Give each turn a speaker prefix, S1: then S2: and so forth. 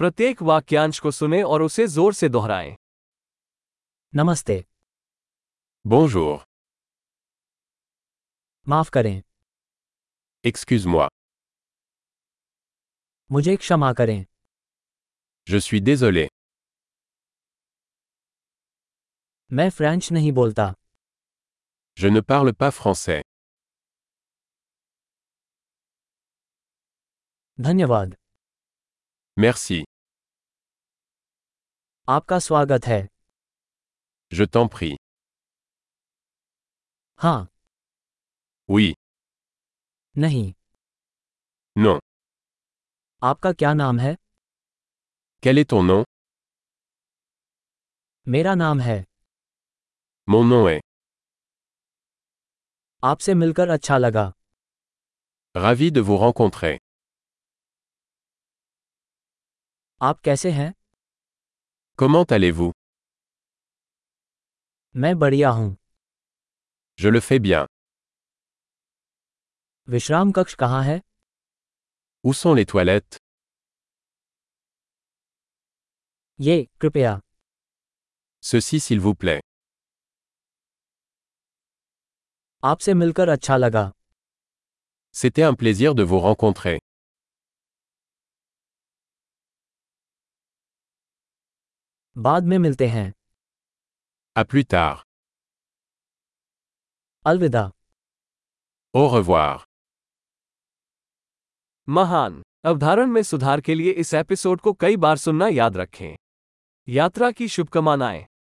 S1: प्रत्येक वाक्यांश को सुने और उसे जोर से दोहराएं
S2: नमस्ते
S3: Bonjour.
S2: माफ करें
S3: Excuse-moi.
S2: मुझे क्षमा करें
S3: Je suis désolé.
S2: मैं फ्रेंच नहीं बोलता
S3: Je ne parle pas français.
S2: धन्यवाद
S3: Merci.
S2: आपका स्वागत है
S3: Je t'en prie.
S2: हाँ
S3: Oui.
S2: नहीं
S3: Non.
S2: आपका क्या नाम है
S3: Quel est ton nom
S2: मेरा नाम है
S3: Mon nom est.
S2: आपसे मिलकर अच्छा लगा
S3: Ravi de vous rencontrer.
S2: आप कैसे हैं
S3: Comment allez-vous
S2: मैं बढ़िया हूँ
S3: Je le fais bien.
S2: विश्राम कक्ष कहाँ है
S3: Où sont les toilettes
S2: ये कृपया
S3: Ceci s'il vous plaît.
S2: आपसे मिलकर अच्छा लगा
S3: C'était un plaisir de vous rencontrer.
S2: बाद में मिलते हैं
S3: À plus tard.
S2: अलविदा
S3: Au revoir.
S1: महान अवधारण में सुधार के लिए इस एपिसोड को कई बार सुनना याद रखें यात्रा की शुभकामनाएं